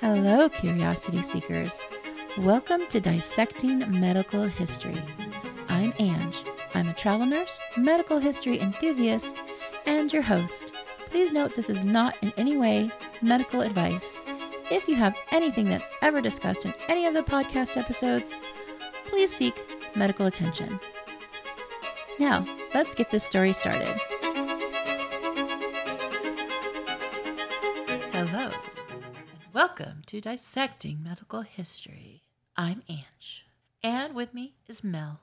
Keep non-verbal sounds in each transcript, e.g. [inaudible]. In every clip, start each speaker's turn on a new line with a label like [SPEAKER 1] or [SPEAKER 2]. [SPEAKER 1] Hello, curiosity seekers. Welcome to Dissecting Medical History. I'm Ange. I'm a travel nurse, medical history enthusiast, and your host. Please note this is not in any way medical advice. If you have anything that's ever discussed in any of the podcast episodes, please seek medical attention. Now, let's get this story started. Hello, and welcome to Dissecting Medical History. I'm Ange, and with me is Mel,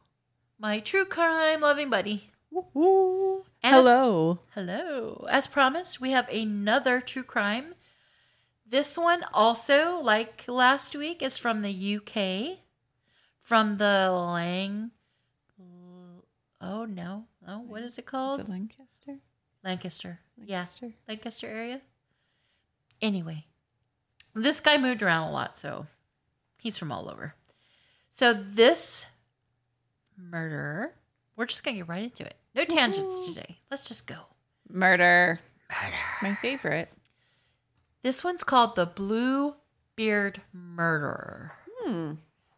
[SPEAKER 1] my true crime loving buddy.
[SPEAKER 2] Woo-hoo.
[SPEAKER 1] And as-
[SPEAKER 2] Hello.
[SPEAKER 1] Hello. As promised, we have another true crime. This one also, like last week, is from the UK, from the Lang. Oh no! Oh, what is it called?
[SPEAKER 2] Is it Lancaster?
[SPEAKER 1] Lancaster. Yeah,
[SPEAKER 2] Lancaster?
[SPEAKER 1] Lancaster area. Anyway, this guy moved around a lot, so he's from all over. So this murderer, we're just gonna get right into it. No tangents
[SPEAKER 2] Woohoo.
[SPEAKER 1] today. Let's just go.
[SPEAKER 2] Murder.
[SPEAKER 1] Murder.
[SPEAKER 2] My favorite.
[SPEAKER 1] This one's called the Blue Beard Murderer.
[SPEAKER 2] Hmm.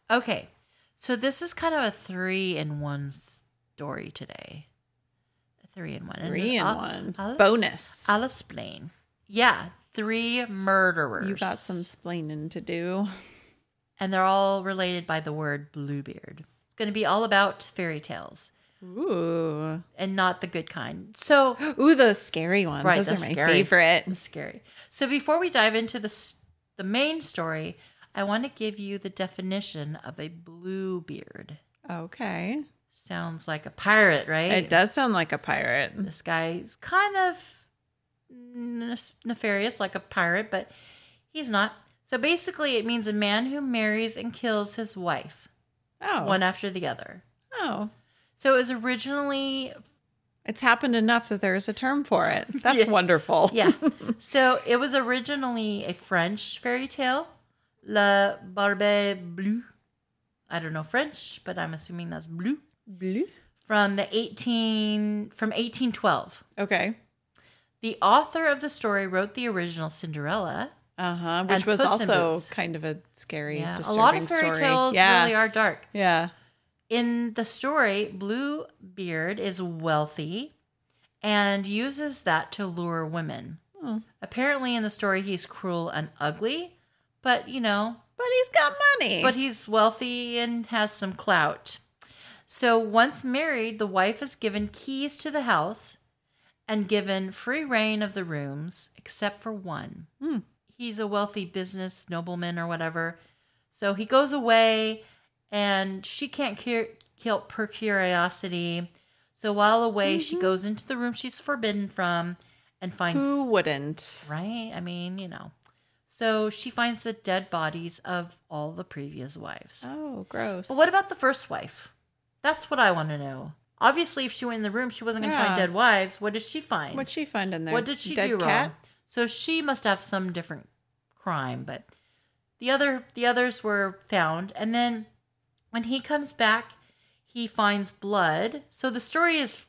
[SPEAKER 1] Okay, so this is kind of a three in one story today. A three in one. And
[SPEAKER 2] Three and uh,
[SPEAKER 1] I'll-
[SPEAKER 2] one.
[SPEAKER 1] I'll-
[SPEAKER 2] Bonus.
[SPEAKER 1] I'll explain. Yeah, three murderers.
[SPEAKER 2] you got some splaining to do.
[SPEAKER 1] And they're all related by the word Bluebeard. It's going to be all about fairy tales
[SPEAKER 2] Ooh.
[SPEAKER 1] and not the good kind. So
[SPEAKER 2] [gasps] Ooh, those scary ones.
[SPEAKER 1] Right,
[SPEAKER 2] [gasps] those
[SPEAKER 1] the
[SPEAKER 2] are my
[SPEAKER 1] scary-
[SPEAKER 2] favorite.
[SPEAKER 1] It's scary. So before we dive into the s- the main story, I want to give you the definition of a bluebeard.
[SPEAKER 2] Okay.
[SPEAKER 1] Sounds like a pirate, right?
[SPEAKER 2] It does sound like a pirate.
[SPEAKER 1] This guy's kind of nef- nefarious, like a pirate, but he's not. So basically, it means a man who marries and kills his wife,
[SPEAKER 2] Oh.
[SPEAKER 1] one after the other.
[SPEAKER 2] Oh.
[SPEAKER 1] So it was originally
[SPEAKER 2] It's happened enough that there's a term for it. [laughs] That's
[SPEAKER 1] Yeah.
[SPEAKER 2] wonderful.
[SPEAKER 1] yeah. So it was originally a French fairy tale, La Barbe Bleue. I don't know French, but I'm assuming that's blue
[SPEAKER 2] Blue.
[SPEAKER 1] from the 18 from 1812.
[SPEAKER 2] Okay.
[SPEAKER 1] The author of the story wrote the original Cinderella.
[SPEAKER 2] Uh huh. Which
[SPEAKER 1] And
[SPEAKER 2] was
[SPEAKER 1] Puss in
[SPEAKER 2] also
[SPEAKER 1] Boots.
[SPEAKER 2] kind of a scary,
[SPEAKER 1] Yeah, a
[SPEAKER 2] disturbing
[SPEAKER 1] lot of fairy
[SPEAKER 2] story.
[SPEAKER 1] tales
[SPEAKER 2] yeah.
[SPEAKER 1] really are dark.
[SPEAKER 2] Yeah.
[SPEAKER 1] In the story, Bluebeard is wealthy and uses that to lure women.
[SPEAKER 2] Oh.
[SPEAKER 1] Apparently, in the story, he's cruel and ugly, but you know,
[SPEAKER 2] But he's got money.
[SPEAKER 1] but he's wealthy and has some clout. So, once married, the wife is given keys to the house and given free reign of the rooms, except for one.
[SPEAKER 2] Hmm.
[SPEAKER 1] He's a wealthy business nobleman or whatever. So, he goes away and she can't cure, help her curiosity. So, while away, she
[SPEAKER 2] Mhm.
[SPEAKER 1] goes into the room she's forbidden from and finds.
[SPEAKER 2] Who wouldn't?
[SPEAKER 1] Right? I mean, you know. So she finds the dead bodies of all the previous wives.
[SPEAKER 2] Oh, gross.
[SPEAKER 1] But what about the first wife? That's what I want to know. Obviously, if she went in the room, she wasn't going to
[SPEAKER 2] Yeah.
[SPEAKER 1] find dead wives. What did she find?
[SPEAKER 2] What'd she find in there?
[SPEAKER 1] what did she
[SPEAKER 2] Dead
[SPEAKER 1] do
[SPEAKER 2] cat?
[SPEAKER 1] wrong? So she must have some different crime, but the other the others were found and then when he comes back, he finds blood. So the story is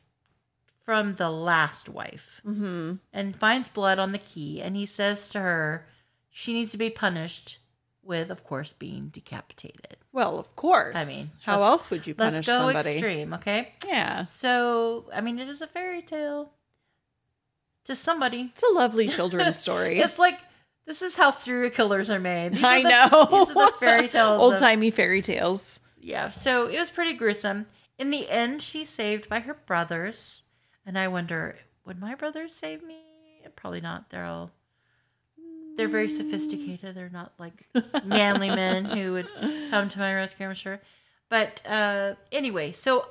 [SPEAKER 1] from the last wife
[SPEAKER 2] Mm-hmm.
[SPEAKER 1] and finds blood on the key and he says to her she needs to be punished with of course being decapitated
[SPEAKER 2] Well, of course.
[SPEAKER 1] I mean,
[SPEAKER 2] how
[SPEAKER 1] let's-
[SPEAKER 2] else would you
[SPEAKER 1] let's
[SPEAKER 2] punish
[SPEAKER 1] go
[SPEAKER 2] somebody?
[SPEAKER 1] extreme okay
[SPEAKER 2] Yeah,
[SPEAKER 1] so i mean it is a fairy tale to somebody
[SPEAKER 2] it's a lovely
[SPEAKER 1] [laughs]
[SPEAKER 2] children's story.
[SPEAKER 1] it's like this is how serial killers are made These are
[SPEAKER 2] [laughs] I
[SPEAKER 1] the- [laughs]
[SPEAKER 2] know.
[SPEAKER 1] these are the
[SPEAKER 2] [laughs]
[SPEAKER 1] fairy tales of-
[SPEAKER 2] old timey fairy tales.
[SPEAKER 1] yeah so it was pretty gruesome in the end she's saved by her brothers and i wonder would my brothers save me probably not they're all they're very sophisticated they're not like manly men who would come to my rescue, I'm sure. But uh, anyway, so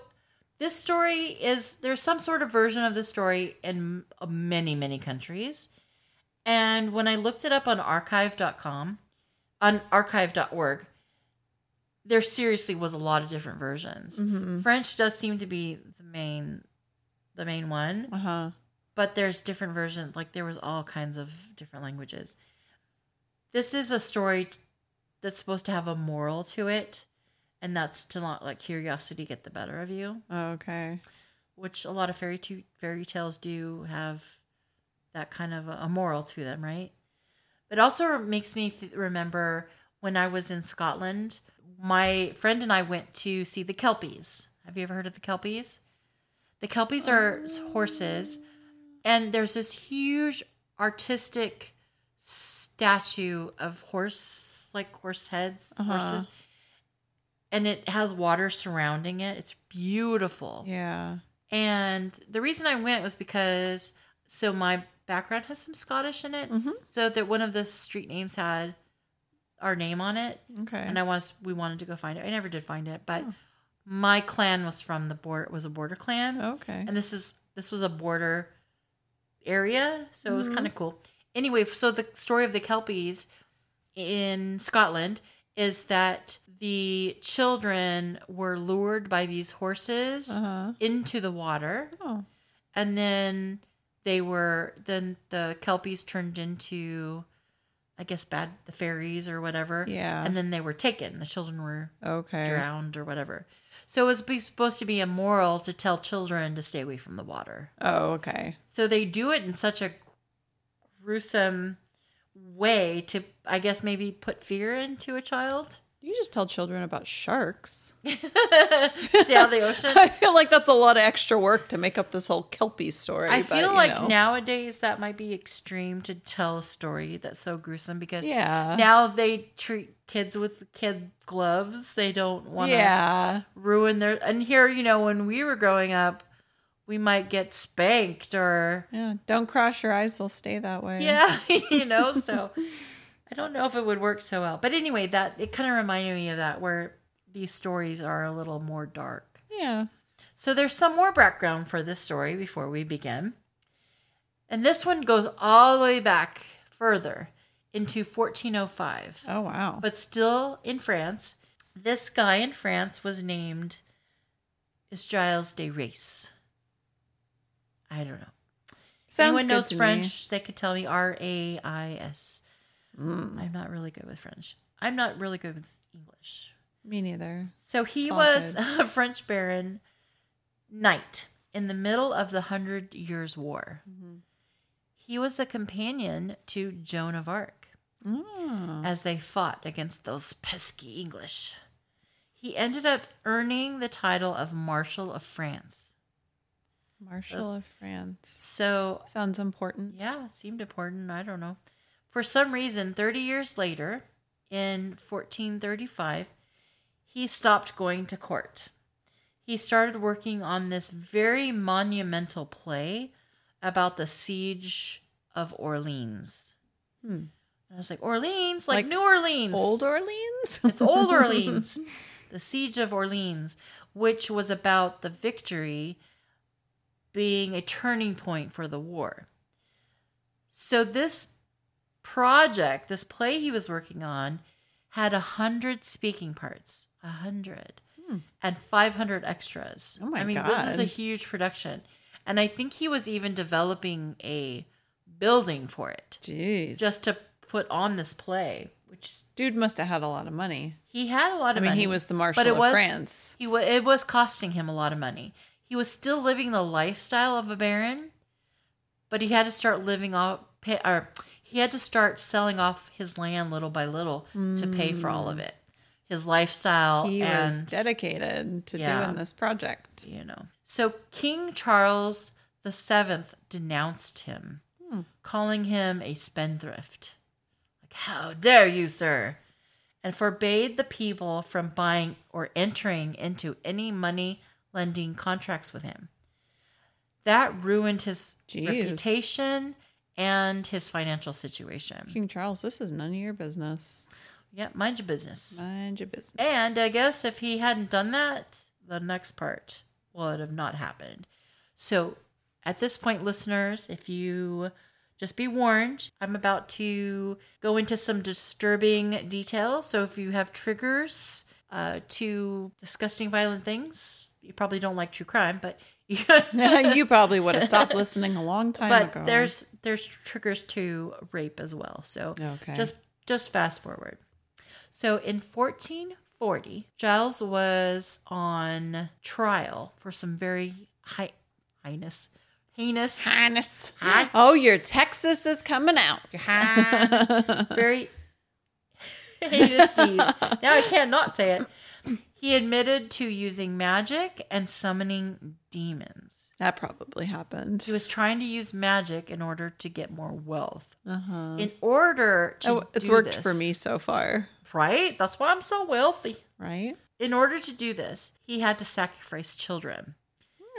[SPEAKER 1] this story is there's some sort of version of the story in m- uh, many, many countries. And when I looked it up on archive.com, on archive.org, there seriously was a lot of different versions.
[SPEAKER 2] Mhm.
[SPEAKER 1] French does seem to be the main the main one,
[SPEAKER 2] Uh huh.
[SPEAKER 1] but there's different versions like there was all kinds of different languages this is a story t- that's supposed to have a moral to it and that's to not let curiosity get the better of you
[SPEAKER 2] Okay.
[SPEAKER 1] which a lot of fairy to- fairy tales do have that kind of a, a moral to them right It also makes me th- remember when I was in Scotland, my friend and I went to see the Kelpies. Have you ever heard of the Kelpies? The Kelpies are s- horses, and there's this huge artistic statue of horse, like horse heads,
[SPEAKER 2] Uh-huh.
[SPEAKER 1] horses, and it has water surrounding it. It's beautiful.
[SPEAKER 2] Yeah.
[SPEAKER 1] And the reason I went was because so my background has some Scottish in it,
[SPEAKER 2] Mhm.
[SPEAKER 1] so that one of the street names had our name on it,
[SPEAKER 2] Okay.
[SPEAKER 1] and I was we wanted to go find it. I never did find it, but
[SPEAKER 2] Oh.
[SPEAKER 1] my clan was from the border was a border clan,
[SPEAKER 2] okay.
[SPEAKER 1] and this is this was a border area, so it was
[SPEAKER 2] Mhm.
[SPEAKER 1] kind of cool. Anyway, so the story of the Kelpies in Scotland is that the children were lured by these horses
[SPEAKER 2] uh-huh.
[SPEAKER 1] into the water
[SPEAKER 2] Oh.
[SPEAKER 1] and then they were then the kelpies turned into i guess bad the fairies or whatever
[SPEAKER 2] Yeah.
[SPEAKER 1] and then they were taken the children were
[SPEAKER 2] okay.
[SPEAKER 1] drowned or whatever so it was be- supposed to be immoral to tell children to stay away from the water
[SPEAKER 2] Oh, okay.
[SPEAKER 1] so they do it in such a gruesome way to i guess maybe put fear into a child
[SPEAKER 2] You just tell children about sharks.
[SPEAKER 1] stay out of
[SPEAKER 2] [laughs]
[SPEAKER 1] the ocean
[SPEAKER 2] I feel like that's a lot of extra work to make up this whole Kelpie story.
[SPEAKER 1] I
[SPEAKER 2] but,
[SPEAKER 1] feel
[SPEAKER 2] you
[SPEAKER 1] like
[SPEAKER 2] know.
[SPEAKER 1] nowadays that might be extreme to tell a story that's so gruesome because
[SPEAKER 2] Yeah.
[SPEAKER 1] now they treat kids with kid gloves. They don't want to
[SPEAKER 2] yeah.
[SPEAKER 1] ruin their. And here, you know, when we were growing up, we might get spanked or
[SPEAKER 2] Yeah. Don't cross your eyes; they'll stay that way.
[SPEAKER 1] yeah, [laughs] you know. So I don't know if it would work so well. But anyway, that it kind of reminded me of that where these stories are a little more dark.
[SPEAKER 2] Yeah.
[SPEAKER 1] So there's some more background for this story before we begin. And this one goes all the way back further into 1405,
[SPEAKER 2] Oh wow.
[SPEAKER 1] but still in France. This guy in France was named is Giles de Race. I don't know.
[SPEAKER 2] Sounds
[SPEAKER 1] Anyone
[SPEAKER 2] good
[SPEAKER 1] knows
[SPEAKER 2] to me.
[SPEAKER 1] French, they could tell me R A I S.
[SPEAKER 2] Mm,
[SPEAKER 1] I'm not really good with French. I'm not really good with English.
[SPEAKER 2] me neither.
[SPEAKER 1] So he
[SPEAKER 2] It's all
[SPEAKER 1] was
[SPEAKER 2] good.
[SPEAKER 1] a [laughs] French baron knight in the middle of the Hundred Years' War. He was a companion to Joan of Arc
[SPEAKER 2] Oh.
[SPEAKER 1] as they fought against those pesky English. He ended up earning the title of Marshal of France.
[SPEAKER 2] Marshal of France
[SPEAKER 1] So,
[SPEAKER 2] sounds important.
[SPEAKER 1] yeah, it seemed important. I don't know. For some reason, 30 years later, in 1435, he stopped going to court. He started working on this very monumental play about the siege of Orleans.
[SPEAKER 2] Hmm.
[SPEAKER 1] And I was like, Orleans, like,
[SPEAKER 2] Like
[SPEAKER 1] New Orleans.
[SPEAKER 2] Old Orleans.
[SPEAKER 1] It's Old Orleans. the Siege of Orleans, which was about the victory being a turning point for the war. So this project, this play he was working on, had a hundred speaking parts. A hundred.
[SPEAKER 2] Hmm.
[SPEAKER 1] And five hundred extras.
[SPEAKER 2] Oh my
[SPEAKER 1] I mean, this is a
[SPEAKER 2] God.
[SPEAKER 1] huge production. And I think he was even developing a building for it.
[SPEAKER 2] [laughs] Jeez.
[SPEAKER 1] Just to put on this play, which
[SPEAKER 2] dude must have had a lot of money.
[SPEAKER 1] he had a lot
[SPEAKER 2] I
[SPEAKER 1] of
[SPEAKER 2] mean,
[SPEAKER 1] money.
[SPEAKER 2] he was the marshal
[SPEAKER 1] it
[SPEAKER 2] of
[SPEAKER 1] was-
[SPEAKER 2] France.
[SPEAKER 1] He wa- it was costing him a lot of money. He was still living the lifestyle of a baron, but he had to start living off pay, or he had to start selling off his land little by little to pay for all of it. His lifestyle
[SPEAKER 2] Mm. He
[SPEAKER 1] and
[SPEAKER 2] was dedicated to
[SPEAKER 1] Yeah.
[SPEAKER 2] doing this project.
[SPEAKER 1] you know. So King Charles the Seventh denounced him,
[SPEAKER 2] Hmm.
[SPEAKER 1] calling him a spendthrift. Like, how dare you, sir? And forbade the people from buying or entering into any money lending contracts with him. That ruined his
[SPEAKER 2] Jeez.
[SPEAKER 1] reputation and his financial situation.
[SPEAKER 2] King Charles, this is none of your business.
[SPEAKER 1] Yep, mind your business.
[SPEAKER 2] Mind your business.
[SPEAKER 1] And uh, I guess if he hadn't done that, the next part would have not happened. So at this point, listeners, if you just be warned, I'm about to go into some disturbing details. So if you have triggers uh, to disgusting, violent things, you probably don't like true crime, but [laughs]
[SPEAKER 2] [laughs] you probably would have stopped listening a long time
[SPEAKER 1] but
[SPEAKER 2] ago.
[SPEAKER 1] there's there's triggers to rape as well. So
[SPEAKER 2] okay.
[SPEAKER 1] just just fast forward. So in 1440, Giles was on trial for some very high highness heinous,
[SPEAKER 2] Highness.
[SPEAKER 1] Hi-
[SPEAKER 2] Oh, your Texas is coming out.
[SPEAKER 1] [laughs] very
[SPEAKER 2] [laughs]
[SPEAKER 1] heinous deeds. Now I cannot say it. He admitted to using magic and summoning demons.
[SPEAKER 2] [laughs] that probably happened.
[SPEAKER 1] He was trying to use magic in order to get more wealth.
[SPEAKER 2] Uh-huh.
[SPEAKER 1] In order to
[SPEAKER 2] Oh, it's
[SPEAKER 1] do
[SPEAKER 2] worked
[SPEAKER 1] this-
[SPEAKER 2] for me so far,
[SPEAKER 1] right? That's why I'm so wealthy.
[SPEAKER 2] right?
[SPEAKER 1] In order to do this, he had to sacrifice children.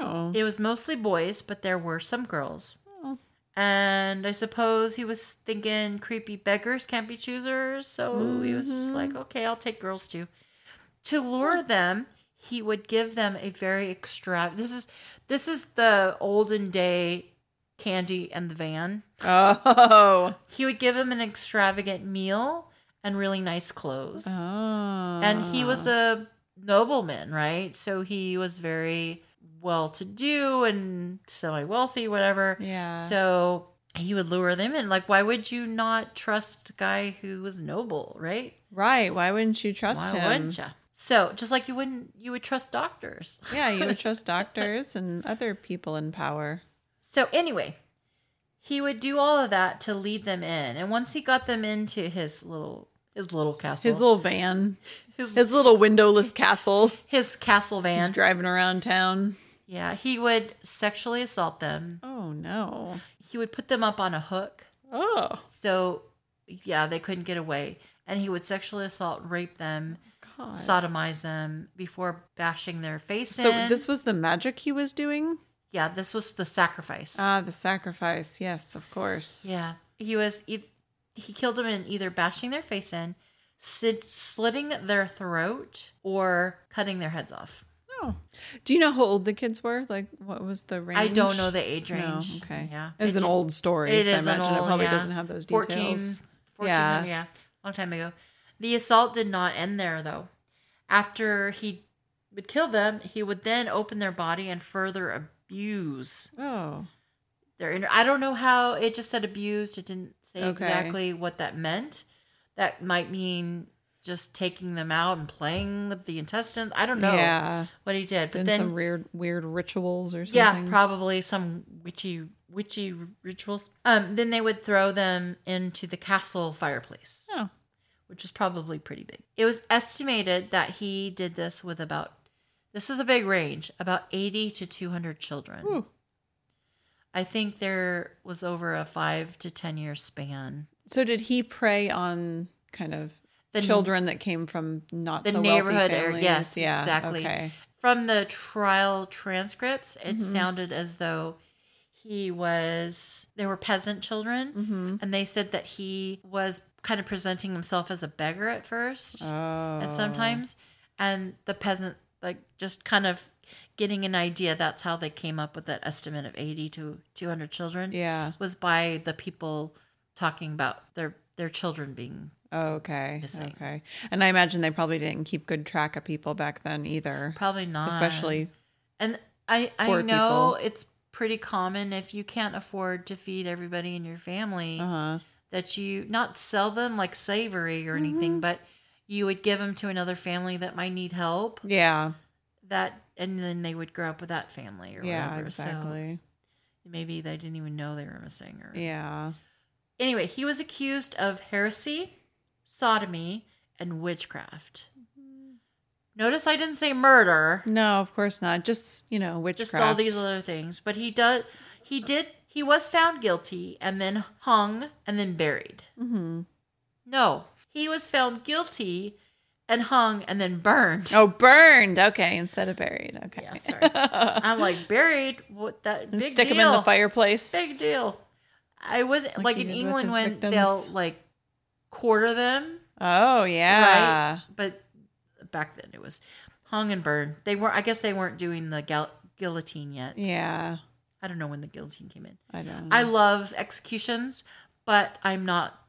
[SPEAKER 2] Oh.
[SPEAKER 1] It was mostly boys, but there were some girls.
[SPEAKER 2] Oh.
[SPEAKER 1] And I suppose he was thinking creepy beggars can't be choosers, so he was just
[SPEAKER 2] Mhm.
[SPEAKER 1] like, okay, I'll take girls too. To lure them, he would give them a very extra. This is this is the olden day candy and the van. [laughs]
[SPEAKER 2] Oh.
[SPEAKER 1] He would give them an extravagant meal and really nice clothes
[SPEAKER 2] Oh.
[SPEAKER 1] and he was a nobleman, right? So he was very well to do and semi wealthy, whatever.
[SPEAKER 2] Yeah.
[SPEAKER 1] So he would lure them in. Like, why would you not trust a guy who was noble, right?
[SPEAKER 2] right. Why wouldn't you trust
[SPEAKER 1] why
[SPEAKER 2] him?
[SPEAKER 1] wouldn't you? So just like you wouldn't, you would trust doctors.
[SPEAKER 2] Yeah,
[SPEAKER 1] [laughs]
[SPEAKER 2] you would trust doctors and other people in power.
[SPEAKER 1] So anyway, he would do all of that to lead them in, and once he got them into his little his little castle,
[SPEAKER 2] His little van,
[SPEAKER 1] his,
[SPEAKER 2] his little windowless castle,
[SPEAKER 1] his castle
[SPEAKER 2] he's
[SPEAKER 1] van,
[SPEAKER 2] driving around town.
[SPEAKER 1] yeah, he would sexually assault them.
[SPEAKER 2] Oh no.
[SPEAKER 1] he would put them up on a hook
[SPEAKER 2] Oh
[SPEAKER 1] so yeah they couldn't get away and he would sexually assault rape them
[SPEAKER 2] God.
[SPEAKER 1] sodomize them before bashing their face
[SPEAKER 2] so
[SPEAKER 1] in.
[SPEAKER 2] this was the magic he was doing.
[SPEAKER 1] yeah this was the sacrifice
[SPEAKER 2] Ah, the sacrifice. Yes, of course.
[SPEAKER 1] yeah he was he, he killed them in either bashing their face in sit, slitting their throat or cutting their heads off
[SPEAKER 2] Oh. Do you know how old the kids were? Like, what was the range?
[SPEAKER 1] i don't know the age
[SPEAKER 2] No,
[SPEAKER 1] range
[SPEAKER 2] okay.
[SPEAKER 1] yeah
[SPEAKER 2] It's
[SPEAKER 1] It
[SPEAKER 2] an
[SPEAKER 1] ju-
[SPEAKER 2] old story,
[SPEAKER 1] It
[SPEAKER 2] so
[SPEAKER 1] is
[SPEAKER 2] I
[SPEAKER 1] an
[SPEAKER 2] imagine it
[SPEAKER 1] old-
[SPEAKER 2] probably
[SPEAKER 1] yeah.
[SPEAKER 2] doesn't have those
[SPEAKER 1] 14,
[SPEAKER 2] details.
[SPEAKER 1] 14
[SPEAKER 2] Yeah.
[SPEAKER 1] yeah. yeah, long time ago. The assault did not end there, though. After he would kill them, he would then open their body and further abuse
[SPEAKER 2] Oh.
[SPEAKER 1] their inner. I don't know how it just said abused. It didn't say
[SPEAKER 2] Okay.
[SPEAKER 1] exactly what that meant. That might mean just taking them out and playing with the intestines. I don't know
[SPEAKER 2] Yeah.
[SPEAKER 1] what he did, but
[SPEAKER 2] Been
[SPEAKER 1] then
[SPEAKER 2] some weird, weird rituals or something.
[SPEAKER 1] yeah, probably some witchy witchy rituals. Um, then they would throw them into the castle fireplace.
[SPEAKER 2] Oh.
[SPEAKER 1] which is probably pretty big. It was estimated that he did this with about this is a big range, about 80 to 200 children.
[SPEAKER 2] Whew.
[SPEAKER 1] I think there was over a 5 to 10 year span.
[SPEAKER 2] So did he prey on kind of
[SPEAKER 1] The
[SPEAKER 2] children that came from not
[SPEAKER 1] the
[SPEAKER 2] so
[SPEAKER 1] neighborhood
[SPEAKER 2] wealthy
[SPEAKER 1] area-
[SPEAKER 2] families?
[SPEAKER 1] yes,
[SPEAKER 2] yeah,
[SPEAKER 1] exactly.
[SPEAKER 2] Okay.
[SPEAKER 1] From the trial transcripts, it
[SPEAKER 2] Mhm.
[SPEAKER 1] sounded as though he was there were peasant children
[SPEAKER 2] Mm-hmm.
[SPEAKER 1] and they said that he was kind of presenting himself as a beggar at first.
[SPEAKER 2] Oh.
[SPEAKER 1] and sometimes and the peasant like just kind of getting an idea that's how they came up with that estimate of 80 to 200 children
[SPEAKER 2] Oh, Yeah.
[SPEAKER 1] was by the people talking about their their children being
[SPEAKER 2] Oh, Okay.
[SPEAKER 1] Missing.
[SPEAKER 2] Okay. And I imagine they probably didn't keep good track of people back then either,
[SPEAKER 1] probably not
[SPEAKER 2] especially
[SPEAKER 1] and i i
[SPEAKER 2] poor
[SPEAKER 1] know it's pretty common if you can't afford to feed everybody in your family
[SPEAKER 2] uh-huh.
[SPEAKER 1] that you not sell them like savory or
[SPEAKER 2] Mm-hmm.
[SPEAKER 1] anything but you would give them to another family that might need help
[SPEAKER 2] Yeah.
[SPEAKER 1] that and then they would grow up with that family or
[SPEAKER 2] Yeah,
[SPEAKER 1] whatever So-
[SPEAKER 2] exactly.
[SPEAKER 1] maybe they didn't even know they were missing or
[SPEAKER 2] Yeah.
[SPEAKER 1] anyway he was accused of heresy sodomy and witchcraft notice i didn't say murder
[SPEAKER 2] No, of course not. Just, you know, witchcraft.
[SPEAKER 1] just all these other things but he does he did he was found guilty and then hung and then buried
[SPEAKER 2] Mhm.
[SPEAKER 1] no he was found guilty and hung and then burned
[SPEAKER 2] Oh, burned. Okay, instead of buried. Okay.
[SPEAKER 1] Yeah,
[SPEAKER 2] [laughs]
[SPEAKER 1] sorry. i'm like buried what that
[SPEAKER 2] And
[SPEAKER 1] big
[SPEAKER 2] stick
[SPEAKER 1] deal.
[SPEAKER 2] him in the fireplace.
[SPEAKER 1] big deal i was like,
[SPEAKER 2] he
[SPEAKER 1] in
[SPEAKER 2] did with
[SPEAKER 1] england
[SPEAKER 2] his
[SPEAKER 1] when
[SPEAKER 2] victims.
[SPEAKER 1] they'll like quarter them
[SPEAKER 2] Oh yeah.
[SPEAKER 1] but back then it was hung and burned. They were, I guess, they weren't doing the gal- guillotine yet.
[SPEAKER 2] Yeah.
[SPEAKER 1] I don't know when the guillotine came in.
[SPEAKER 2] I don't.
[SPEAKER 1] I
[SPEAKER 2] know.
[SPEAKER 1] love executions, but I'm not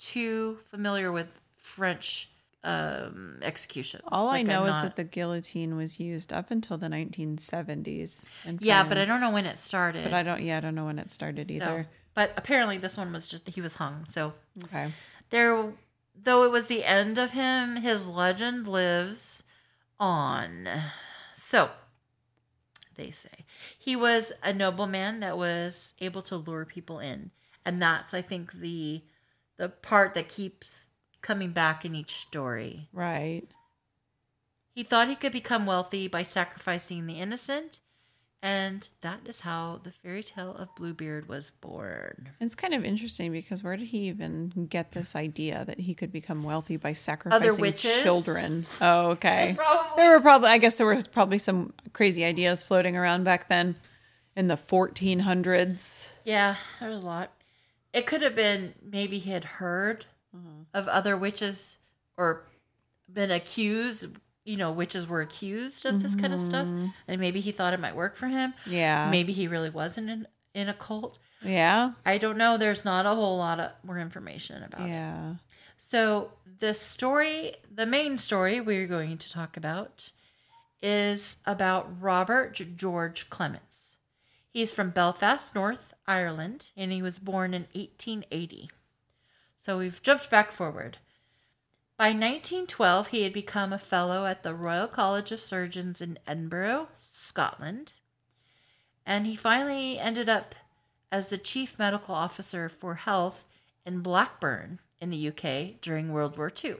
[SPEAKER 1] too familiar with French um, executions.
[SPEAKER 2] all I
[SPEAKER 1] Like,
[SPEAKER 2] know
[SPEAKER 1] I'm
[SPEAKER 2] is
[SPEAKER 1] not-
[SPEAKER 2] that the guillotine was used up until the 1970s. In
[SPEAKER 1] yeah, but I don't
[SPEAKER 2] France.
[SPEAKER 1] know when it started.
[SPEAKER 2] But I don't. Yeah, I don't know when it started
[SPEAKER 1] So-
[SPEAKER 2] either.
[SPEAKER 1] but apparently, this one was just he was hung. So
[SPEAKER 2] Okay.
[SPEAKER 1] there, though it was the end of him, his legend lives on. So they say. He was a nobleman that was able to lure people in. And that's I think the the part that keeps coming back in each story.
[SPEAKER 2] Right.
[SPEAKER 1] He thought he could become wealthy by sacrificing the innocent, and that is how the fairy tale of Bluebeard was born.
[SPEAKER 2] It's kind of interesting because where did he even get this idea that he could become wealthy by sacrificing
[SPEAKER 1] witches?
[SPEAKER 2] children? Oh, okay.
[SPEAKER 1] Probably.
[SPEAKER 2] There were probably, I guess, there was probably some crazy ideas floating around back then, in the 1400s.
[SPEAKER 1] Yeah, there was a lot. It could have been maybe he had heard of other witches or been accused. You know, witches were accused of this kind of stuff, and maybe he thought it might work for him.
[SPEAKER 2] Yeah.
[SPEAKER 1] Maybe he really wasn't in, in a cult.
[SPEAKER 2] Yeah.
[SPEAKER 1] I don't know. There's not a whole lot of more information about it.
[SPEAKER 2] Yeah.
[SPEAKER 1] So the story, the main story we're going to talk about is about Robert G- George Clements. He's from Belfast, North Ireland, and he was born in 1880. So we've jumped back forward. By 1912, he had become a fellow at the Royal College of Surgeons in Edinburgh, Scotland, and he finally ended up as the chief medical officer for health in Blackburn in the UK during World War II.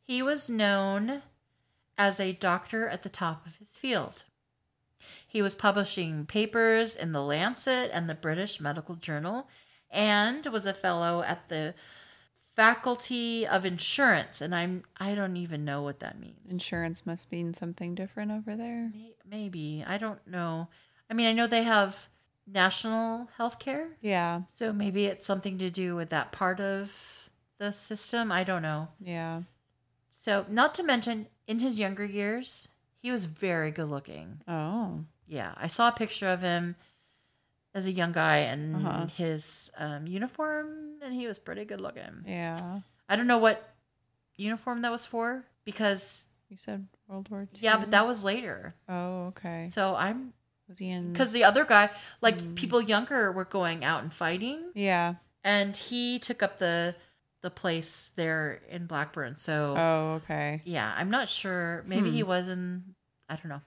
[SPEAKER 1] He was known as a doctor at the top of his field. He was publishing papers in the Lancet and the British Medical Journal and was a fellow at the Faculty of Insurance and I'm I don't even know what that means.
[SPEAKER 2] Insurance must mean something different over there.
[SPEAKER 1] May- Maybe. I don't know. I mean, I know they have national health care,
[SPEAKER 2] Yeah.
[SPEAKER 1] so maybe it's something to do with that part of the system. I don't know.
[SPEAKER 2] Yeah.
[SPEAKER 1] So, not to mention, in his younger years, he was very good looking.
[SPEAKER 2] Oh.
[SPEAKER 1] Yeah, I saw a picture of him as a young guy in
[SPEAKER 2] Uh-huh.
[SPEAKER 1] his um, uniform, and he was pretty good looking.
[SPEAKER 2] Yeah.
[SPEAKER 1] I don't know what uniform that was for because,
[SPEAKER 2] You said World War II.
[SPEAKER 1] yeah, but that was later.
[SPEAKER 2] Oh, okay.
[SPEAKER 1] So, I'm
[SPEAKER 2] Was he in?
[SPEAKER 1] because the other guy like
[SPEAKER 2] Mm.
[SPEAKER 1] people younger were going out and fighting
[SPEAKER 2] Yeah.
[SPEAKER 1] and he took up the the place there in blackburn so
[SPEAKER 2] Oh, Hmm. okay.
[SPEAKER 1] yeah i'm not sure maybe he was in i don't know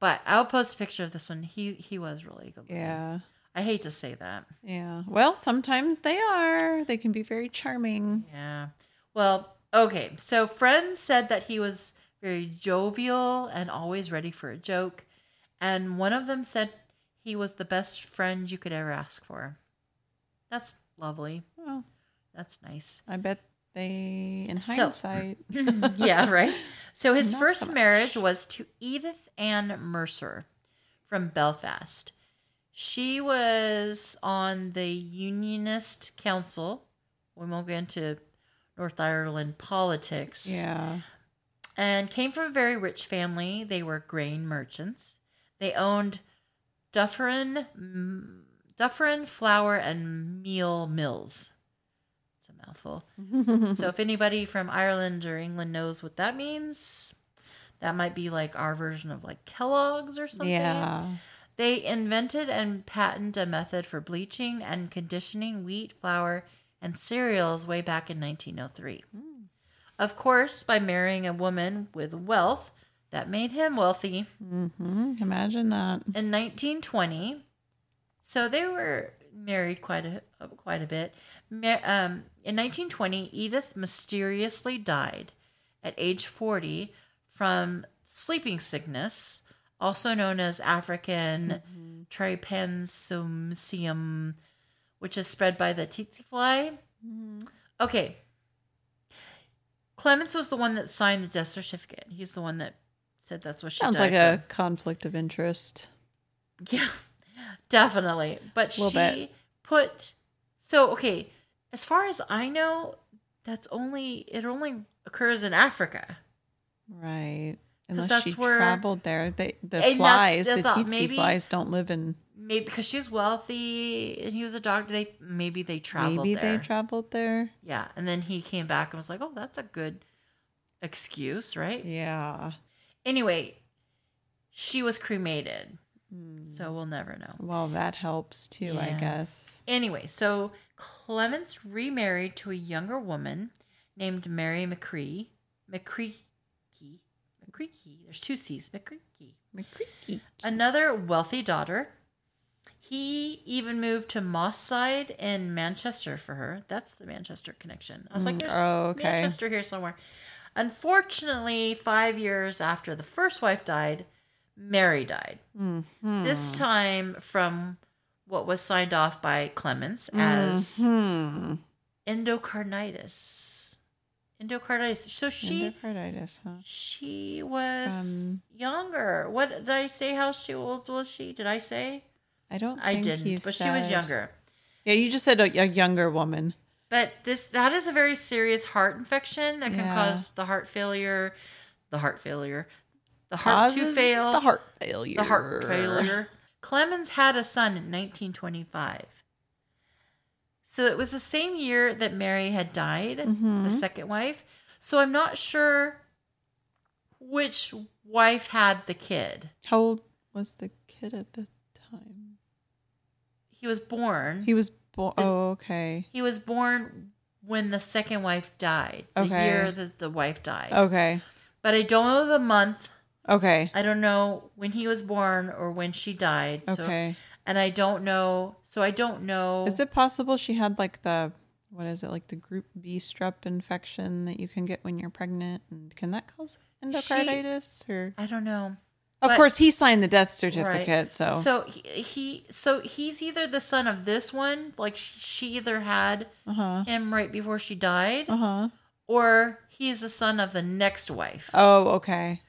[SPEAKER 1] but i'll post a picture of this one he he was really good looking.
[SPEAKER 2] Yeah.
[SPEAKER 1] i hate to say that
[SPEAKER 2] Yeah. Well, sometimes they are. They can be very charming.
[SPEAKER 1] yeah well okay so friends said that he was very jovial and always ready for a joke and one of them said he was the best friend you could ever ask for that's lovely
[SPEAKER 2] Well,
[SPEAKER 1] That's
[SPEAKER 2] [laughs]
[SPEAKER 1] nice.
[SPEAKER 2] I bet they, in
[SPEAKER 1] So-
[SPEAKER 2] hindsight,
[SPEAKER 1] [laughs] yeah, right. So his
[SPEAKER 2] Not so
[SPEAKER 1] first
[SPEAKER 2] much.
[SPEAKER 1] marriage was to Edith Ann Mercer from Belfast. She was on the Unionist Council. We won't get into North Ireland politics. [laughs]
[SPEAKER 2] yeah.
[SPEAKER 1] And came from a very rich family. They were grain merchants. They owned Dufferin, mm, Dufferin flour and meal mills. It's a mouthful. So if anybody from Ireland or England knows what that means, that might be like our version of like Kellogg's or something.
[SPEAKER 2] yeah.
[SPEAKER 1] They invented and patented a method for bleaching and conditioning wheat, flour, and cereals way back in 1903. Of course, by marrying a woman with wealth, that made him wealthy
[SPEAKER 2] hmm Imagine that.
[SPEAKER 1] in 1920. So they were married quite a uh, quite a bit. Ma- um, in 1920, Edith mysteriously died at age 40 from sleeping sickness, also known as African
[SPEAKER 2] Mm-hmm.
[SPEAKER 1] trypanosomisium, which is spread by the tsetse fly. Mm-hmm. Okay. Clements was the one that signed the death certificate. He's the one that said that's what she
[SPEAKER 2] Sounds
[SPEAKER 1] died
[SPEAKER 2] like a
[SPEAKER 1] from.
[SPEAKER 2] conflict of interest.
[SPEAKER 1] Yeah, [laughs] definitely. But she
[SPEAKER 2] Little bit.
[SPEAKER 1] put so okay. As far as I know, that's only it only occurs in Africa.
[SPEAKER 2] Right. Unless
[SPEAKER 1] that's
[SPEAKER 2] she
[SPEAKER 1] where-
[SPEAKER 2] traveled there. They, the
[SPEAKER 1] that's
[SPEAKER 2] flies,
[SPEAKER 1] the
[SPEAKER 2] the
[SPEAKER 1] thought,
[SPEAKER 2] tsetse
[SPEAKER 1] maybe-
[SPEAKER 2] flies don't live in.
[SPEAKER 1] Maybe because she's wealthy and he was a doctor, they maybe they traveled.
[SPEAKER 2] Maybe
[SPEAKER 1] there.
[SPEAKER 2] they traveled there.
[SPEAKER 1] Yeah, and then he came back and was like, "Oh, that's a good excuse, right?"
[SPEAKER 2] Yeah.
[SPEAKER 1] Anyway, she was cremated,
[SPEAKER 2] Mm.
[SPEAKER 1] so we'll never know.
[SPEAKER 2] Well, that helps too,
[SPEAKER 1] Yeah.
[SPEAKER 2] I guess.
[SPEAKER 1] Anyway, so Clements remarried to a younger woman named Mary McCree. McCreekey. McCreekey. There's two C's. McCreekey.
[SPEAKER 2] McCreaky.
[SPEAKER 1] Another wealthy daughter. He even moved to Moss Side in Manchester for her. That's the Manchester connection. I was like,
[SPEAKER 2] Mm,
[SPEAKER 1] there's
[SPEAKER 2] oh, okay.
[SPEAKER 1] Manchester here somewhere. Unfortunately, five years after the first wife died, Mary died.
[SPEAKER 2] Mm-hmm.
[SPEAKER 1] This time from what was signed off by Clements
[SPEAKER 2] Mm-hmm.
[SPEAKER 1] as
[SPEAKER 2] hmm
[SPEAKER 1] endocarditis. Endocarditis. So she
[SPEAKER 2] endocarditis, huh?
[SPEAKER 1] she was
[SPEAKER 2] From-
[SPEAKER 1] younger. What did I say? How she old was she? Did I say?
[SPEAKER 2] I don't.
[SPEAKER 1] I
[SPEAKER 2] think you
[SPEAKER 1] didn't, but she was
[SPEAKER 2] said-
[SPEAKER 1] younger.
[SPEAKER 2] Yeah, you just said a, a younger woman.
[SPEAKER 1] But this that is a very serious heart infection that can
[SPEAKER 2] Yeah.
[SPEAKER 1] cause the heart failure, the heart failure, the heart to
[SPEAKER 2] Causes
[SPEAKER 1] fail,
[SPEAKER 2] The heart failure.
[SPEAKER 1] the heart failure. Clemens had a son in 1925. So it was the same year that Mary had died, the
[SPEAKER 2] Mhm.
[SPEAKER 1] second wife. So I'm not sure which wife had the kid.
[SPEAKER 2] How old was the kid at the time?
[SPEAKER 1] He was born.
[SPEAKER 2] He was born. Oh, okay.
[SPEAKER 1] He was born when the second wife died, the
[SPEAKER 2] Okay. Oh.
[SPEAKER 1] year that the wife died.
[SPEAKER 2] Okay.
[SPEAKER 1] But I don't know the month.
[SPEAKER 2] Okay.
[SPEAKER 1] I don't know when he was born or when she died. So,
[SPEAKER 2] Okay.
[SPEAKER 1] and I don't know. So I don't know.
[SPEAKER 2] Is it possible she had like the what is it like the group B strep infection that you can get when you're pregnant, and can that cause endocarditis? or
[SPEAKER 1] I don't know.
[SPEAKER 2] of
[SPEAKER 1] but-
[SPEAKER 2] course he signed the death certificate, so,
[SPEAKER 1] So he, he, so he's either the son of this one, like sh- she either had
[SPEAKER 2] uh huh,
[SPEAKER 1] him right before she died,
[SPEAKER 2] uh huh.
[SPEAKER 1] or he's the son of the next wife,
[SPEAKER 2] Oh, okay,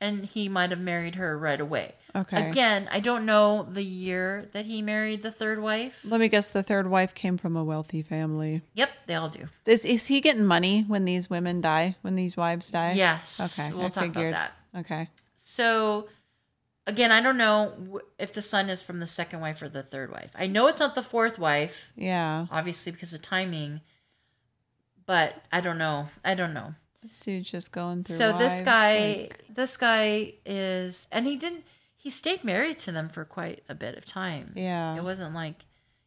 [SPEAKER 1] and he might have married her right away.
[SPEAKER 2] okay.
[SPEAKER 1] Again, I don't know the year that he married the third wife.
[SPEAKER 2] Let me guess. The third wife came from a wealthy family.
[SPEAKER 1] Yep, they all do.
[SPEAKER 2] Is is he getting money when these women die? When these wives die?
[SPEAKER 1] Yes.
[SPEAKER 2] Okay,
[SPEAKER 1] We'll
[SPEAKER 2] I
[SPEAKER 1] talk about
[SPEAKER 2] figured.
[SPEAKER 1] that.
[SPEAKER 2] Okay.
[SPEAKER 1] So, again, I don't know w- if the son is from the second wife or the third wife. I know it's not the fourth wife,
[SPEAKER 2] Yeah.
[SPEAKER 1] obviously, because of timing, but I don't know. I don't know.
[SPEAKER 2] This dude's just going through.
[SPEAKER 1] so, this
[SPEAKER 2] wives,
[SPEAKER 1] guy,
[SPEAKER 2] like-
[SPEAKER 1] this guy is, and he didn't, he stayed married to them for quite a bit of time. It
[SPEAKER 2] yeah.
[SPEAKER 1] wasn't like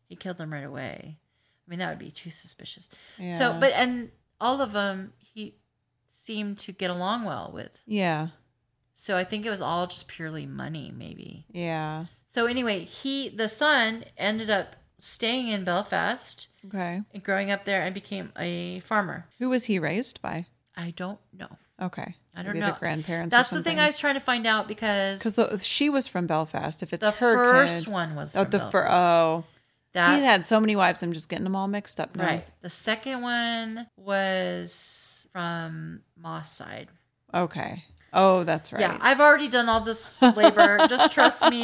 [SPEAKER 1] he killed them right away. I mean, that would be too suspicious.
[SPEAKER 2] yeah.
[SPEAKER 1] So, but, and all of them, he seemed to get along well with.
[SPEAKER 2] Yeah.
[SPEAKER 1] So I think it was all just purely money, maybe.
[SPEAKER 2] Yeah.
[SPEAKER 1] So anyway, he the son ended up staying in Belfast
[SPEAKER 2] Okay.
[SPEAKER 1] and growing up there and became a farmer.
[SPEAKER 2] Who was he raised by?
[SPEAKER 1] I don't know.
[SPEAKER 2] Okay.
[SPEAKER 1] I don't
[SPEAKER 2] Maybe
[SPEAKER 1] know.
[SPEAKER 2] The grandparents.
[SPEAKER 1] That's the thing I was trying to find out because
[SPEAKER 2] Because the, she was from Belfast. If it's
[SPEAKER 1] the
[SPEAKER 2] her
[SPEAKER 1] first
[SPEAKER 2] kid,
[SPEAKER 1] one was
[SPEAKER 2] oh,
[SPEAKER 1] from
[SPEAKER 2] the
[SPEAKER 1] Belfast.
[SPEAKER 2] fir- oh,
[SPEAKER 1] that
[SPEAKER 2] he had so many wives. I'm just getting them all mixed up now.
[SPEAKER 1] right. The second one was from Moss side.
[SPEAKER 2] Okay. Oh, that's right.
[SPEAKER 1] Yeah, I've already done all this labor.
[SPEAKER 2] [laughs]
[SPEAKER 1] just trust me.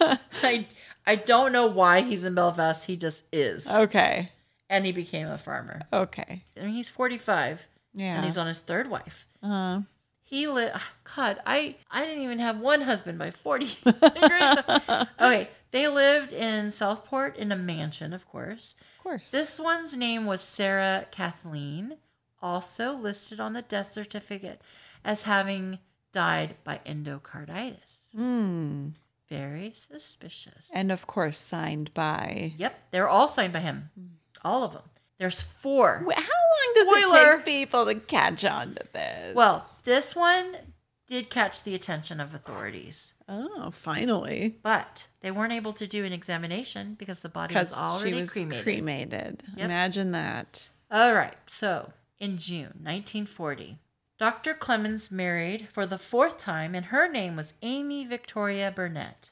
[SPEAKER 1] I I don't know why he's in Belfast. He just is,
[SPEAKER 2] Oh. okay.
[SPEAKER 1] and he became a farmer.
[SPEAKER 2] Okay.
[SPEAKER 1] I mean, he's 45
[SPEAKER 2] Yeah.
[SPEAKER 1] and he's on his third wife.
[SPEAKER 2] uh,
[SPEAKER 1] He li- ah, God, I I didn't even have one husband by 40. okay, they lived in Southport in a mansion, of course.
[SPEAKER 2] of course.
[SPEAKER 1] This one's name was Sarah Kathleen, also listed on the death certificate as having died by endocarditis.
[SPEAKER 2] Mm.
[SPEAKER 1] Very suspicious.
[SPEAKER 2] And of course, signed by.
[SPEAKER 1] yep, they're all signed by him. All of them. There's four.
[SPEAKER 2] Wh- How long does
[SPEAKER 1] Spoiler.
[SPEAKER 2] it take people to catch on to this?
[SPEAKER 1] Well, this one did catch the attention of authorities,
[SPEAKER 2] oh, finally,
[SPEAKER 1] but they weren't able to do an examination because the body was
[SPEAKER 2] because
[SPEAKER 1] already
[SPEAKER 2] she was
[SPEAKER 1] cremated.
[SPEAKER 2] cremated.
[SPEAKER 1] Yep.
[SPEAKER 2] Imagine that.
[SPEAKER 1] All right, so in June 1940, Dr. Clemens married for the fourth time, and her name was Amy Victoria Burnett.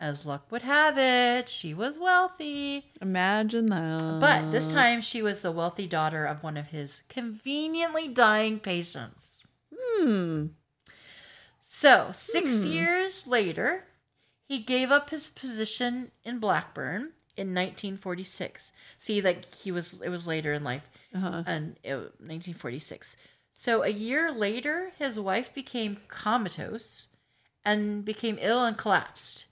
[SPEAKER 1] As luck would have it, she was wealthy,
[SPEAKER 2] Imagine that.
[SPEAKER 1] but this
[SPEAKER 2] Uh.
[SPEAKER 1] time she was the wealthy daughter of one of his conveniently dying patients.
[SPEAKER 2] Hmm.
[SPEAKER 1] So, six years later, he gave up his position in Blackburn in 1946. See, like he was, it was later in life,
[SPEAKER 2] Uh-huh.
[SPEAKER 1] and it, 1946. So, a year later, his wife became comatose and became ill and collapsed.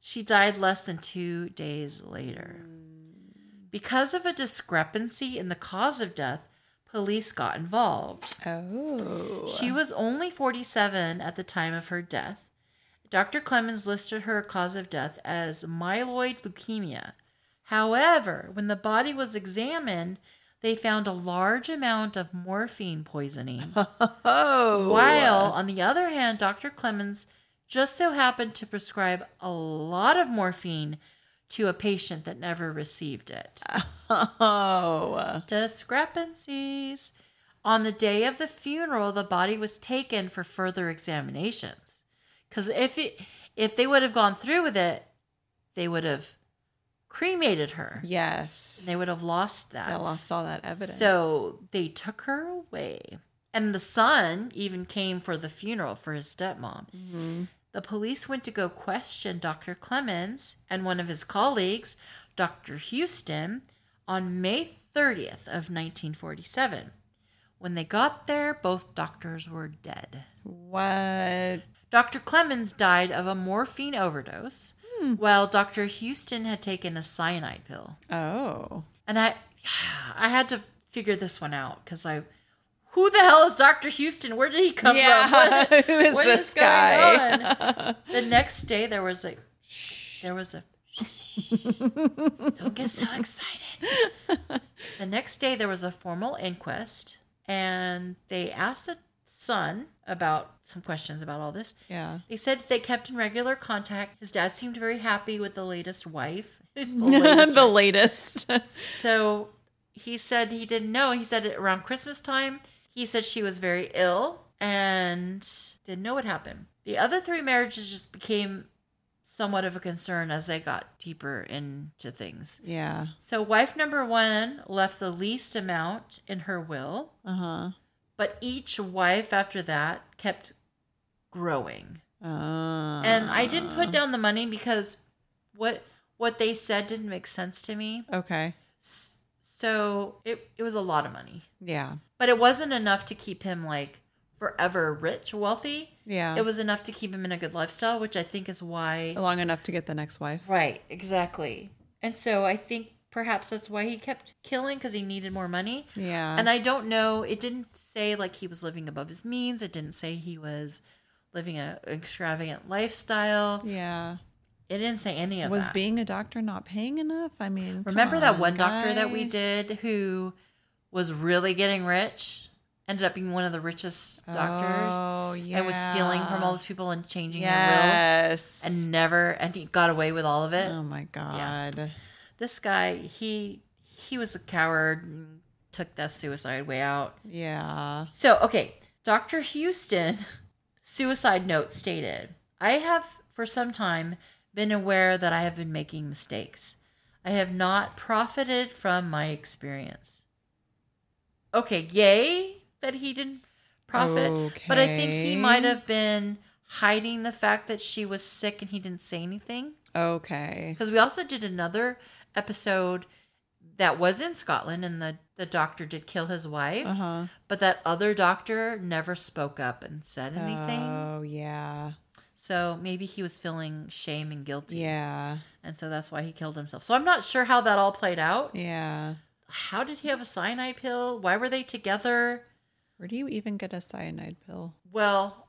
[SPEAKER 1] She died less than two days later. Because of a discrepancy in the cause of death, police got involved.
[SPEAKER 2] Oh.
[SPEAKER 1] She was only 47 at the time of her death. Dr. Clemens listed her cause of death as myeloid leukemia. However, when the body was examined, they found a large amount of morphine poisoning.
[SPEAKER 2] Oh.
[SPEAKER 1] While, on the other hand, Dr. Clemens just so happened to prescribe a lot of morphine to a patient that never received it.
[SPEAKER 2] Oh.
[SPEAKER 1] Discrepancies. On the day of the funeral, the body was taken for further examinations. Because if it, if they would have gone through with it, they would have cremated her.
[SPEAKER 2] Yes.
[SPEAKER 1] They would have lost that.
[SPEAKER 2] They lost all that evidence.
[SPEAKER 1] So they took her away. And the son even came for the funeral for his stepmom.
[SPEAKER 2] Mhm.
[SPEAKER 1] The police went to go question Dr. Clemens and one of his colleagues, Dr. Houston, on May 30th of 1947. When they got there, both doctors were dead.
[SPEAKER 2] What?
[SPEAKER 1] Dr. Clemens died of a morphine overdose, while Dr. Houston had taken a cyanide pill.
[SPEAKER 2] Oh.
[SPEAKER 1] And I I had to figure this one out because I who the hell is Dr. Houston? Where did he come
[SPEAKER 2] yeah.
[SPEAKER 1] from? What-
[SPEAKER 2] [laughs] Who is
[SPEAKER 1] what
[SPEAKER 2] this
[SPEAKER 1] is going
[SPEAKER 2] guy?
[SPEAKER 1] the next day there was a there was a don't get so excited. The next day there was a formal inquest and they asked the son about some questions about all this.
[SPEAKER 2] [laughs] yeah.
[SPEAKER 1] They said they kept in regular contact. His dad seemed very happy with the latest wife. [laughs] The latest
[SPEAKER 2] [laughs] the latest.
[SPEAKER 1] so he said he didn't know. He said it around Christmas time. He said she was very ill and didn't know what happened. The other three marriages just became somewhat of a concern as they got deeper into things.
[SPEAKER 2] [laughs] yeah.
[SPEAKER 1] So, wife number one left the least amount in her will,
[SPEAKER 2] Uh huh.
[SPEAKER 1] but each wife after that kept growing.
[SPEAKER 2] Uh,
[SPEAKER 1] And I didn't put down the money because what what they said didn't make sense to me.
[SPEAKER 2] Okay.
[SPEAKER 1] S- So it, it was a lot of money,
[SPEAKER 2] Yeah.
[SPEAKER 1] but it wasn't enough to keep him like forever rich, wealthy.
[SPEAKER 2] Yeah.
[SPEAKER 1] It was enough to keep him in a good lifestyle, which I think is why.
[SPEAKER 2] long enough to get the next wife.
[SPEAKER 1] Oh, Right, exactly. And so I think perhaps that's why he kept killing because he needed more money.
[SPEAKER 2] Yeah.
[SPEAKER 1] And I don't know, it didn't say like he was living above his means, it didn't say he was living an extravagant lifestyle.
[SPEAKER 2] yeah.
[SPEAKER 1] It didn't say any of
[SPEAKER 2] Was
[SPEAKER 1] that.
[SPEAKER 2] being a doctor not paying enough? I mean, come
[SPEAKER 1] Remember that
[SPEAKER 2] on,
[SPEAKER 1] one doctor that we
[SPEAKER 2] guy.
[SPEAKER 1] did who was really getting rich? Ended up being one of the richest doctors
[SPEAKER 2] Oh, yeah.
[SPEAKER 1] and was stealing from all these people and changing their wills
[SPEAKER 2] Yes.
[SPEAKER 1] and never and he got away with all of it.
[SPEAKER 2] oh my god.
[SPEAKER 1] This guy, he he was a coward and took that suicide way out.
[SPEAKER 2] Yeah.
[SPEAKER 1] So, okay, Dr. Houston [laughs] suicide note stated, I have for some time been aware that I have been making mistakes. I have not profited from my experience. Okay, yay that he didn't profit, but I think he
[SPEAKER 2] Okay.
[SPEAKER 1] might have been hiding the fact that she was sick and he didn't say anything
[SPEAKER 2] Okay.
[SPEAKER 1] because we also did another episode that was in Scotland and the the doctor did kill his wife.
[SPEAKER 2] Uh huh.
[SPEAKER 1] But that other doctor never spoke up and said anything.
[SPEAKER 2] Oh yeah.
[SPEAKER 1] so maybe he was feeling shame and guilty.
[SPEAKER 2] Yeah.
[SPEAKER 1] And so that's why he killed himself. So I'm not sure how that all played out.
[SPEAKER 2] Yeah.
[SPEAKER 1] How did he have a cyanide pill? Why were they together?
[SPEAKER 2] Where do you even get a cyanide pill?
[SPEAKER 1] Well,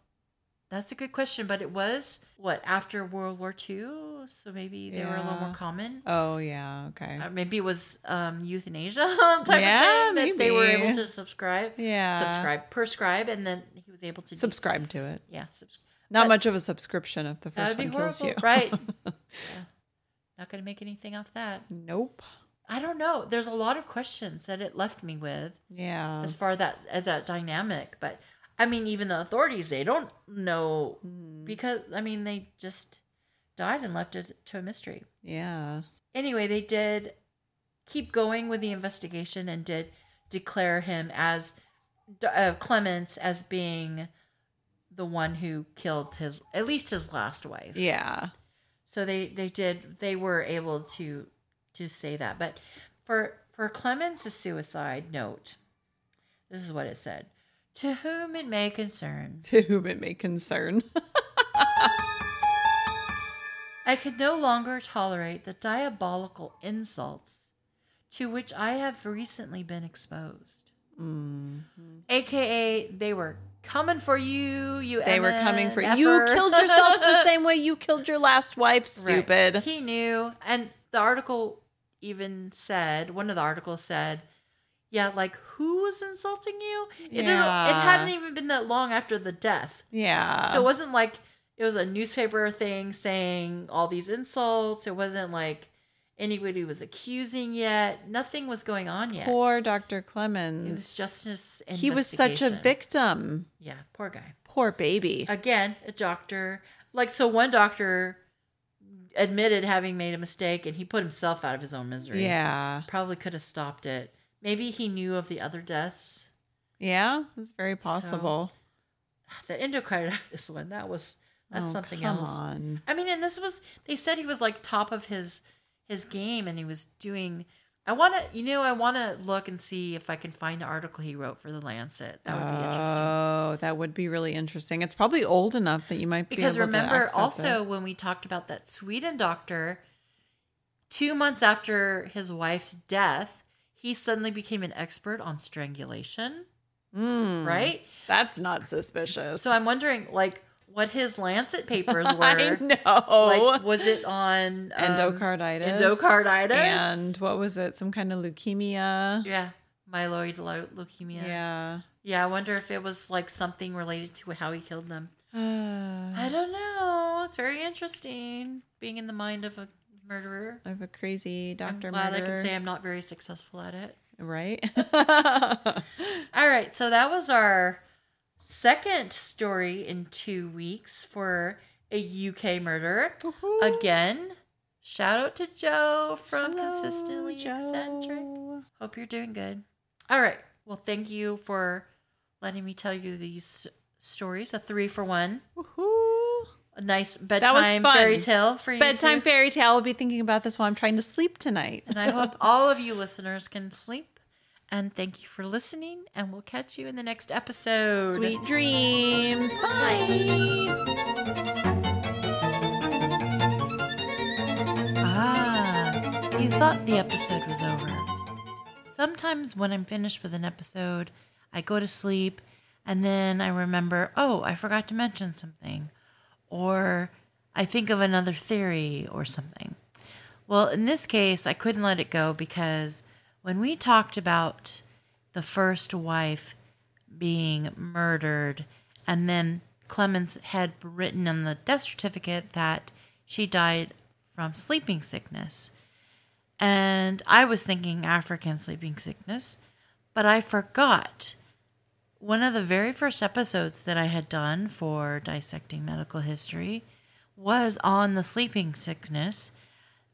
[SPEAKER 1] that's a good question, but it was what after World War II, so maybe they were a little
[SPEAKER 2] Yeah.
[SPEAKER 1] more common.
[SPEAKER 2] Oh yeah. Okay.
[SPEAKER 1] Uh, maybe it was um, euthanasia [laughs] type
[SPEAKER 2] Yeah,
[SPEAKER 1] of thing that they were
[SPEAKER 2] maybe.
[SPEAKER 1] able to subscribe,
[SPEAKER 2] yeah.
[SPEAKER 1] subscribe, prescribe, and then he was able to de-
[SPEAKER 2] Subscribe to it.
[SPEAKER 1] yeah, subscribe.
[SPEAKER 2] Not
[SPEAKER 1] But-
[SPEAKER 2] much of a subscription if the
[SPEAKER 1] That'd
[SPEAKER 2] first one
[SPEAKER 1] be
[SPEAKER 2] kills
[SPEAKER 1] horrible,
[SPEAKER 2] you.
[SPEAKER 1] right? Yeah. Not going to make anything off that.
[SPEAKER 2] [laughs] Nope.
[SPEAKER 1] I don't know. There's a lot of questions that it left me with
[SPEAKER 2] Yeah.
[SPEAKER 1] as far that uh, that dynamic, but I mean, even the authorities they don't know
[SPEAKER 2] Mm,
[SPEAKER 1] because I mean they just died and left it to a mystery.
[SPEAKER 2] Yeah.
[SPEAKER 1] Anyway, they did keep going with the investigation and did declare him as uh, Clements as being the one who killed his at least his last wife.
[SPEAKER 2] Yeah. [laughs]
[SPEAKER 1] So they they did they were able to to say that. But for for Clemens' suicide note, this is what it said. To whom it may concern,
[SPEAKER 2] To whom it may concern. [laughs]
[SPEAKER 1] I could no longer tolerate the diabolical insults to which I have recently been exposed.
[SPEAKER 2] Mm.
[SPEAKER 1] Mm-hmm. AKA they were coming for you, you
[SPEAKER 2] They were coming
[SPEAKER 1] MN
[SPEAKER 2] for you.
[SPEAKER 1] effer.
[SPEAKER 2] Killed
[SPEAKER 1] [laughs]
[SPEAKER 2] yourself the same way you killed your last wife.
[SPEAKER 1] Right.
[SPEAKER 2] Stupid.
[SPEAKER 1] He knew. And the article even said, one of the articles said, yeah, like who was insulting you? It, didn't- it hadn't even been that long after the death.
[SPEAKER 2] Yeah.
[SPEAKER 1] So it wasn't like it was a newspaper thing saying all these insults. It wasn't like anybody was accusing yet. Nothing was going on yet.
[SPEAKER 2] poor Dr. Clemens.
[SPEAKER 1] it was justice.
[SPEAKER 2] he was such a
[SPEAKER 1] investigation.
[SPEAKER 2] victim.
[SPEAKER 1] Yeah, poor guy.
[SPEAKER 2] Poor baby.
[SPEAKER 1] Again, a doctor. Like so, one doctor admitted having made a mistake, and he put himself out of his own misery.
[SPEAKER 2] yeah.
[SPEAKER 1] probably could have stopped it. Maybe he knew of the other deaths.
[SPEAKER 2] Yeah. It's very possible.
[SPEAKER 1] Ah, The endocarditis one that was that's
[SPEAKER 2] Oh,
[SPEAKER 1] something
[SPEAKER 2] come
[SPEAKER 1] else.
[SPEAKER 2] on.
[SPEAKER 1] I mean, and this was they said he was like top of his his game and he was doing I want to you know I want to look and see if I can find the article he wrote for the Lancet. That would be interesting.
[SPEAKER 2] Oh, that would be really interesting. It's probably old enough that you might be
[SPEAKER 1] Because
[SPEAKER 2] able to
[SPEAKER 1] remember
[SPEAKER 2] access
[SPEAKER 1] also
[SPEAKER 2] it.
[SPEAKER 1] when we talked about that Sweden doctor 2 months after his wife's death, he suddenly became an expert on strangulation,
[SPEAKER 2] Mm,
[SPEAKER 1] right?
[SPEAKER 2] That's not suspicious.
[SPEAKER 1] Hmm.
[SPEAKER 2] [laughs]
[SPEAKER 1] So I'm wondering like what his Lancet papers
[SPEAKER 2] I
[SPEAKER 1] were.
[SPEAKER 2] know.
[SPEAKER 1] Like was it on um,
[SPEAKER 2] endocarditis.
[SPEAKER 1] endocarditis.
[SPEAKER 2] And what was it? Some kind of leukemia.
[SPEAKER 1] Yeah, myeloid leu- leukemia.
[SPEAKER 2] Yeah.
[SPEAKER 1] Yeah, I wonder if it was like something related to how he killed
[SPEAKER 2] [sighs]
[SPEAKER 1] them. I [sighs]
[SPEAKER 2] Uh,
[SPEAKER 1] don't know. It's very interesting being in the mind of a murderer.
[SPEAKER 2] I have a crazy doctor
[SPEAKER 1] I'm glad I
[SPEAKER 2] murderer.
[SPEAKER 1] can say I'm not very successful at it.
[SPEAKER 2] right?
[SPEAKER 1] [laughs]
[SPEAKER 2] [laughs]
[SPEAKER 1] All right, so that was our second story in two weeks for a UK murder. Again, shout out to Joe from
[SPEAKER 2] Hello,
[SPEAKER 1] Consistently Eccentric.
[SPEAKER 2] Joe.
[SPEAKER 1] Hope you're doing good. All right. Well, thank you for letting me tell you these stories. A three for one.
[SPEAKER 2] Woohoo.
[SPEAKER 1] A nice
[SPEAKER 2] was
[SPEAKER 1] bedtime
[SPEAKER 2] fun.
[SPEAKER 1] fairy tale for you.
[SPEAKER 2] Bedtime
[SPEAKER 1] too.
[SPEAKER 2] fairy tale. I'll be thinking about this while I'm trying to sleep tonight.
[SPEAKER 1] and I hope all of you listeners can sleep. And thank you for listening. And we'll catch you in the next episode.
[SPEAKER 2] Sweet dreams.
[SPEAKER 1] Bye. Ah, you thought the episode was over. Sometimes when I'm finished with an episode, I go to sleep and then I remember, oh, I forgot to mention something. Or I think of another theory or something. Well, in this case, I couldn't let it go because when we talked about the first wife being murdered, and then Clemens had written on the death certificate that she died from sleeping sickness. And I was thinking African sleeping sickness, but I forgot one of the very first episodes that I had done for dissecting medical history was on the sleeping sickness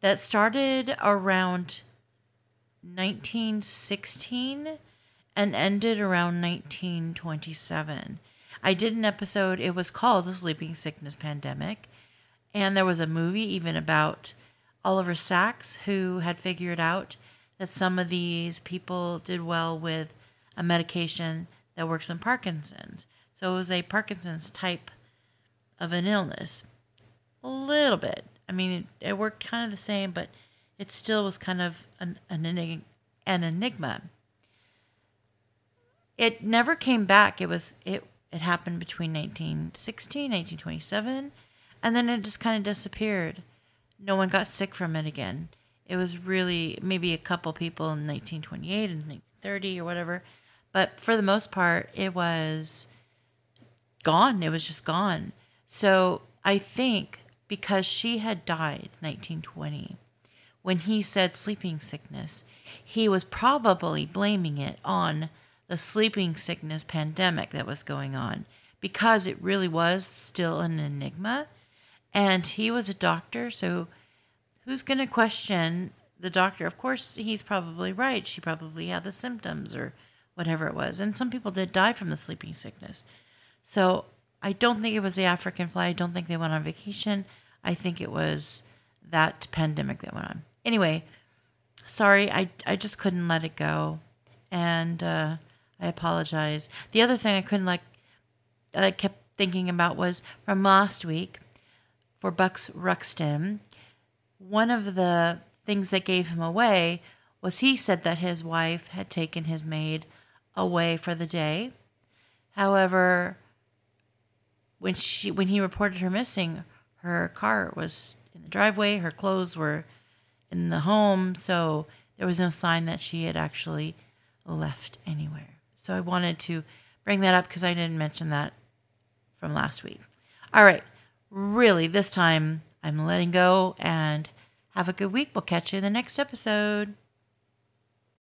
[SPEAKER 1] that started around 1916 and ended around 1927. I did an episode, it was called The Sleeping Sickness Pandemic, and there was a movie even about Oliver Sacks, who had figured out that some of these people did well with a medication that works in Parkinson's. So it was a Parkinson's type of an illness a little bit. I mean, it, it worked kind of the same, but it still was kind of an an, enig- an enigma. It never came back. It was it it happened between 1916, 1927, and then it just kind of disappeared. No one got sick from it again. It was really maybe a couple people in 1928 and 1930 or whatever, but for the most part, it was gone. It was just gone. So I think because she had died 1920, when he said sleeping sickness, he was probably blaming it on the sleeping sickness pandemic that was going on because it really was still an enigma. And he was a doctor, so who's going to question the doctor? Of course, he's probably right. She probably had the symptoms or whatever it was. And some people did die from the sleeping sickness. So I don't think it was the African fly. I don't think they went on vacation. I think it was that pandemic that went on. Anyway, sorry, I, I just couldn't let it go. And uh, I apologize. The other thing I couldn't like, that I kept thinking about was from last week for Bucks Ruxton. One of the things that gave him away was he said that his wife had taken his maid away for the day. However, when she when he reported her missing, her car was in the driveway, her clothes were in the home, so there was no sign that she had actually left anywhere. So I wanted to bring that up because I didn't mention that from last week. All right. Really, this time I'm letting go and have a good week. We'll catch you in the next episode.